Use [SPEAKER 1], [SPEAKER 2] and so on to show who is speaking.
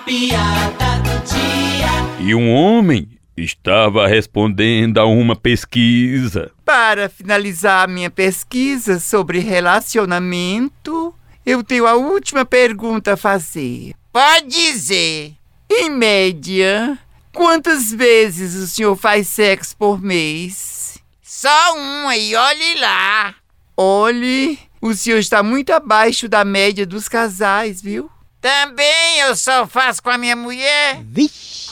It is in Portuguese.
[SPEAKER 1] piada do dia.
[SPEAKER 2] E um homem estava respondendo a uma pesquisa.
[SPEAKER 3] Para finalizar minha pesquisa sobre relacionamento, eu tenho a última pergunta a fazer. Pode dizer, em média, quantas vezes o senhor faz sexo por mês? Só uma e olhe lá. Olhe, o senhor está muito abaixo da média dos casais, viu? Também eu só faço com a minha mulher.
[SPEAKER 4] Vixe!